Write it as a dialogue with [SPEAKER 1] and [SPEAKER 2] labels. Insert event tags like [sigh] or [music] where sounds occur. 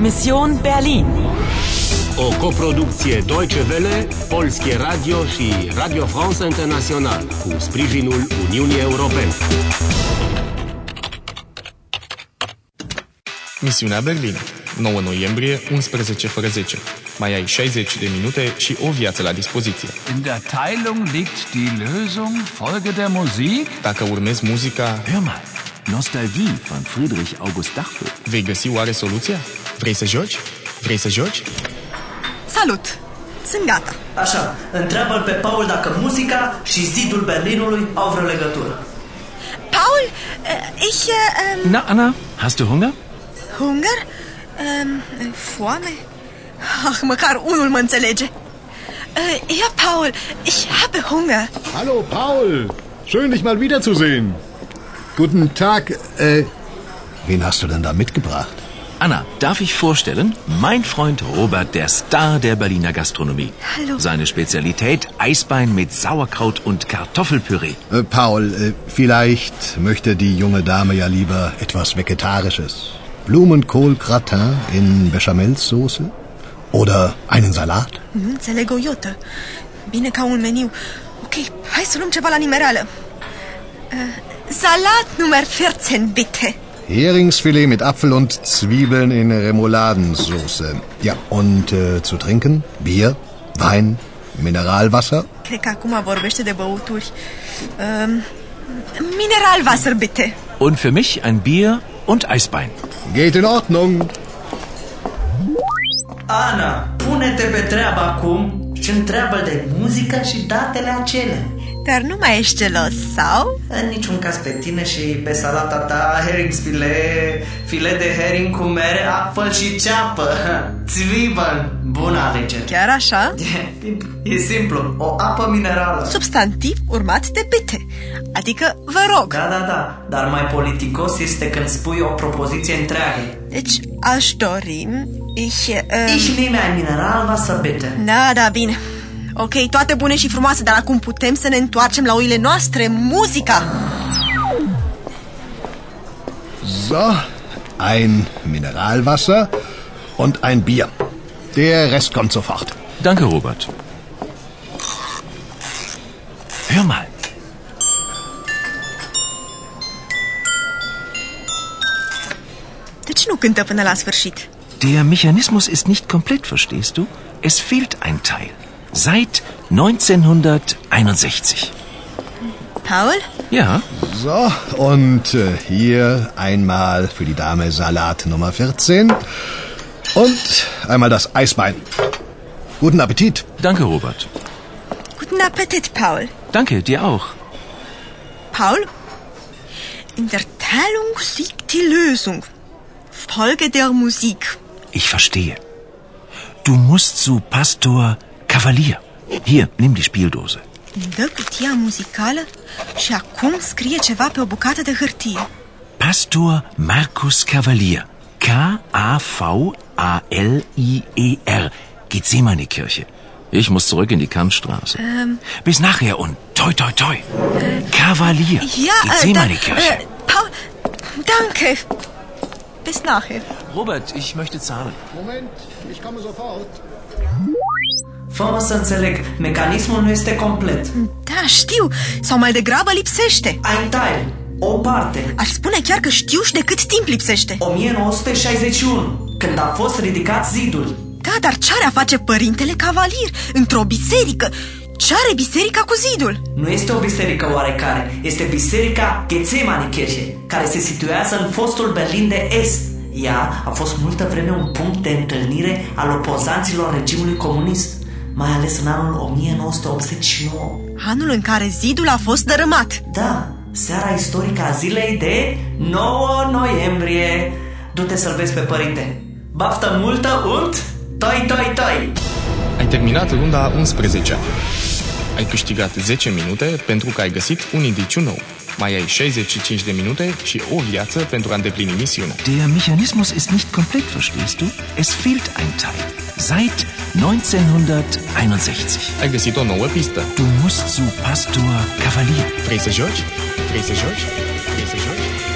[SPEAKER 1] Mission Berlin.
[SPEAKER 2] O coproducție Deutsche Welle, Polskie Radio și Radio France International cu sprijinul Uniunii Europene.
[SPEAKER 3] Misiunea Berlin, 9 noiembrie, 11 fără 10. Mai ai 60 de minute și o viață la dispoziție.
[SPEAKER 4] In der Teilung liegt die Lösung. Folge der Musik.
[SPEAKER 3] Dacă urmezi muzica,
[SPEAKER 5] Hör mal, Nostalgie von Friedrich August Dachau.
[SPEAKER 3] vei găsi oare soluția? Vrei să joci? Vrei să joci?
[SPEAKER 6] Salut! Sunt gata.
[SPEAKER 7] Așa, întreabă pe Paul dacă muzica și zidul Berlinului au vreo legătură.
[SPEAKER 6] Paul, äh, ich, äh, ähm,
[SPEAKER 4] Na, Anna,
[SPEAKER 5] Hast du Hunger?
[SPEAKER 6] Hunger? Ähm, foame? Ach, măcar unul mă înțelege. Äh, ja, Paul, ich habe Hunger.
[SPEAKER 8] Hallo Paul, schön dich mal wiederzusehen. Guten Tag, äh, wen hast du denn da mitgebracht?
[SPEAKER 5] Anna, darf ich vorstellen? Mein Freund Robert, der Star der Berliner Gastronomie.
[SPEAKER 6] Hallo.
[SPEAKER 5] Seine Spezialität Eisbein mit Sauerkraut und Kartoffelpüree.
[SPEAKER 8] Äh, Paul, äh, vielleicht möchte die junge Dame ja lieber etwas Vegetarisches. Blumenkohl-Gratin in Bechamelsoße? Oder einen Salat?
[SPEAKER 6] Nu înțeleg o iotă. Bine ca un meniu. Ok, hai să luăm ceva la nimereală. Äh, Salat Nummer 14, bitte.
[SPEAKER 8] Heringsfilet mit Apfel und Zwiebeln in Remouladensauce. Ja, und äh, zu trinken? Bier, Wein, Mineralwasser?
[SPEAKER 6] Cred că acum vorbește de băuturi. Ähm, Mineralwasser, bitte.
[SPEAKER 5] Und für mich ein Bier und Eisbein.
[SPEAKER 8] Geht in Ordnung.
[SPEAKER 7] Ana, pune-te pe treabă acum și întreabă de muzică și datele acelea.
[SPEAKER 6] Dar nu mai ești gelos, sau?
[SPEAKER 7] În niciun caz pe tine și pe salata ta, herrings file, file de herring cu mere, apă și ceapă. [laughs] Zwiebeln, bună alegere.
[SPEAKER 6] Chiar așa?
[SPEAKER 7] E simplu, o apă minerală.
[SPEAKER 6] substantiv urmat de bite, adică vă rog.
[SPEAKER 7] Da, da, da, dar mai politicos este când spui o propoziție întreagă.
[SPEAKER 6] Deci aș dori... Ich, uh...
[SPEAKER 7] Ich nehme ein Mineralwasser bitte.
[SPEAKER 6] Da, da, bine. Ok, toate bune și frumoase, dar acum putem să ne întoarcem la oile noastre, muzica.
[SPEAKER 8] So, ein Mineralwasser und ein Bier. Der Rest kommt sofort.
[SPEAKER 5] Danke, Robert. Hör mal.
[SPEAKER 6] De ce nu cântă până la sfârșit?
[SPEAKER 5] Der Mechanismus ist nicht komplett, verstehst du? Es fehlt ein Teil. Seit 1961.
[SPEAKER 6] Paul?
[SPEAKER 5] Ja,
[SPEAKER 8] So, und äh, hier einmal für die Dame Salat Nummer 14 und einmal das Eisbein. Guten Appetit.
[SPEAKER 5] danke, Robert.
[SPEAKER 6] Guten Appetit, Paul.
[SPEAKER 5] Danke, dir auch.
[SPEAKER 6] Paul? In der Teilung liegt die Lösung. Folge der Musik.
[SPEAKER 5] Ich verstehe. Du musst zu Pastor Cavalier. Hier, nimm die Spieldose.
[SPEAKER 6] Îmi dă cutia muzicală și acum scrie ceva pe o bucată de hârtie.
[SPEAKER 5] Pastor Markus Cavalier. K-A-V-A-L-I-E-R. Gethsemane Kirche. E Ich muss zurück in die Kampfstraße.
[SPEAKER 6] Ähm.
[SPEAKER 5] Bis nachher und toi toi toi. Cavalier.
[SPEAKER 6] Ja, äh, da,
[SPEAKER 5] Gethsemane Kirche.
[SPEAKER 6] äh, Paul, danke. Bis nachher.
[SPEAKER 5] Robert, ich möchte zahlen.
[SPEAKER 8] Moment, ich komme sofort.
[SPEAKER 7] Fă să înțeleg, mecanismul nu este complet.
[SPEAKER 6] Da, știu. Sau mai degrabă lipsește.
[SPEAKER 7] Ein Teil, o parte,
[SPEAKER 6] Aș spune chiar că știu și de cât timp lipsește.
[SPEAKER 7] 1961, când a fost ridicat zidul.
[SPEAKER 6] Da, dar ce are a face părintele cavalier într-o biserică? Ce are biserica cu zidul?
[SPEAKER 7] Nu este o biserică oarecare, este biserica Ghețemani Kirche, care se situează în fostul Berlin de Est. Ea a fost multă vreme un punct de întâlnire al opozanților regimului comunist, mai ales în anul 1989.
[SPEAKER 6] Anul în care zidul a fost dărâmat.
[SPEAKER 7] Da, seara istorică a zilei de 9 noiembrie. Du-te să-l vezi pe părinte. Baftă multă unt, toi, toi, toi!
[SPEAKER 3] Ai terminat runda a 11-a. Ai câștigat 10 minute pentru că ai găsit un indiciu nou. Mai ai 65 de minute și o viață pentru a îndeplini misiunea.
[SPEAKER 5] Der Mechanismus ist nicht komplett, verstehst du? Es fehlt ein Teil. Seit 1961.
[SPEAKER 3] Ai găsit o nouă pistă.
[SPEAKER 5] Du musst zu Pastor Cavalier.
[SPEAKER 3] Vrei să joci? Vrei să joci? Vrei să joci?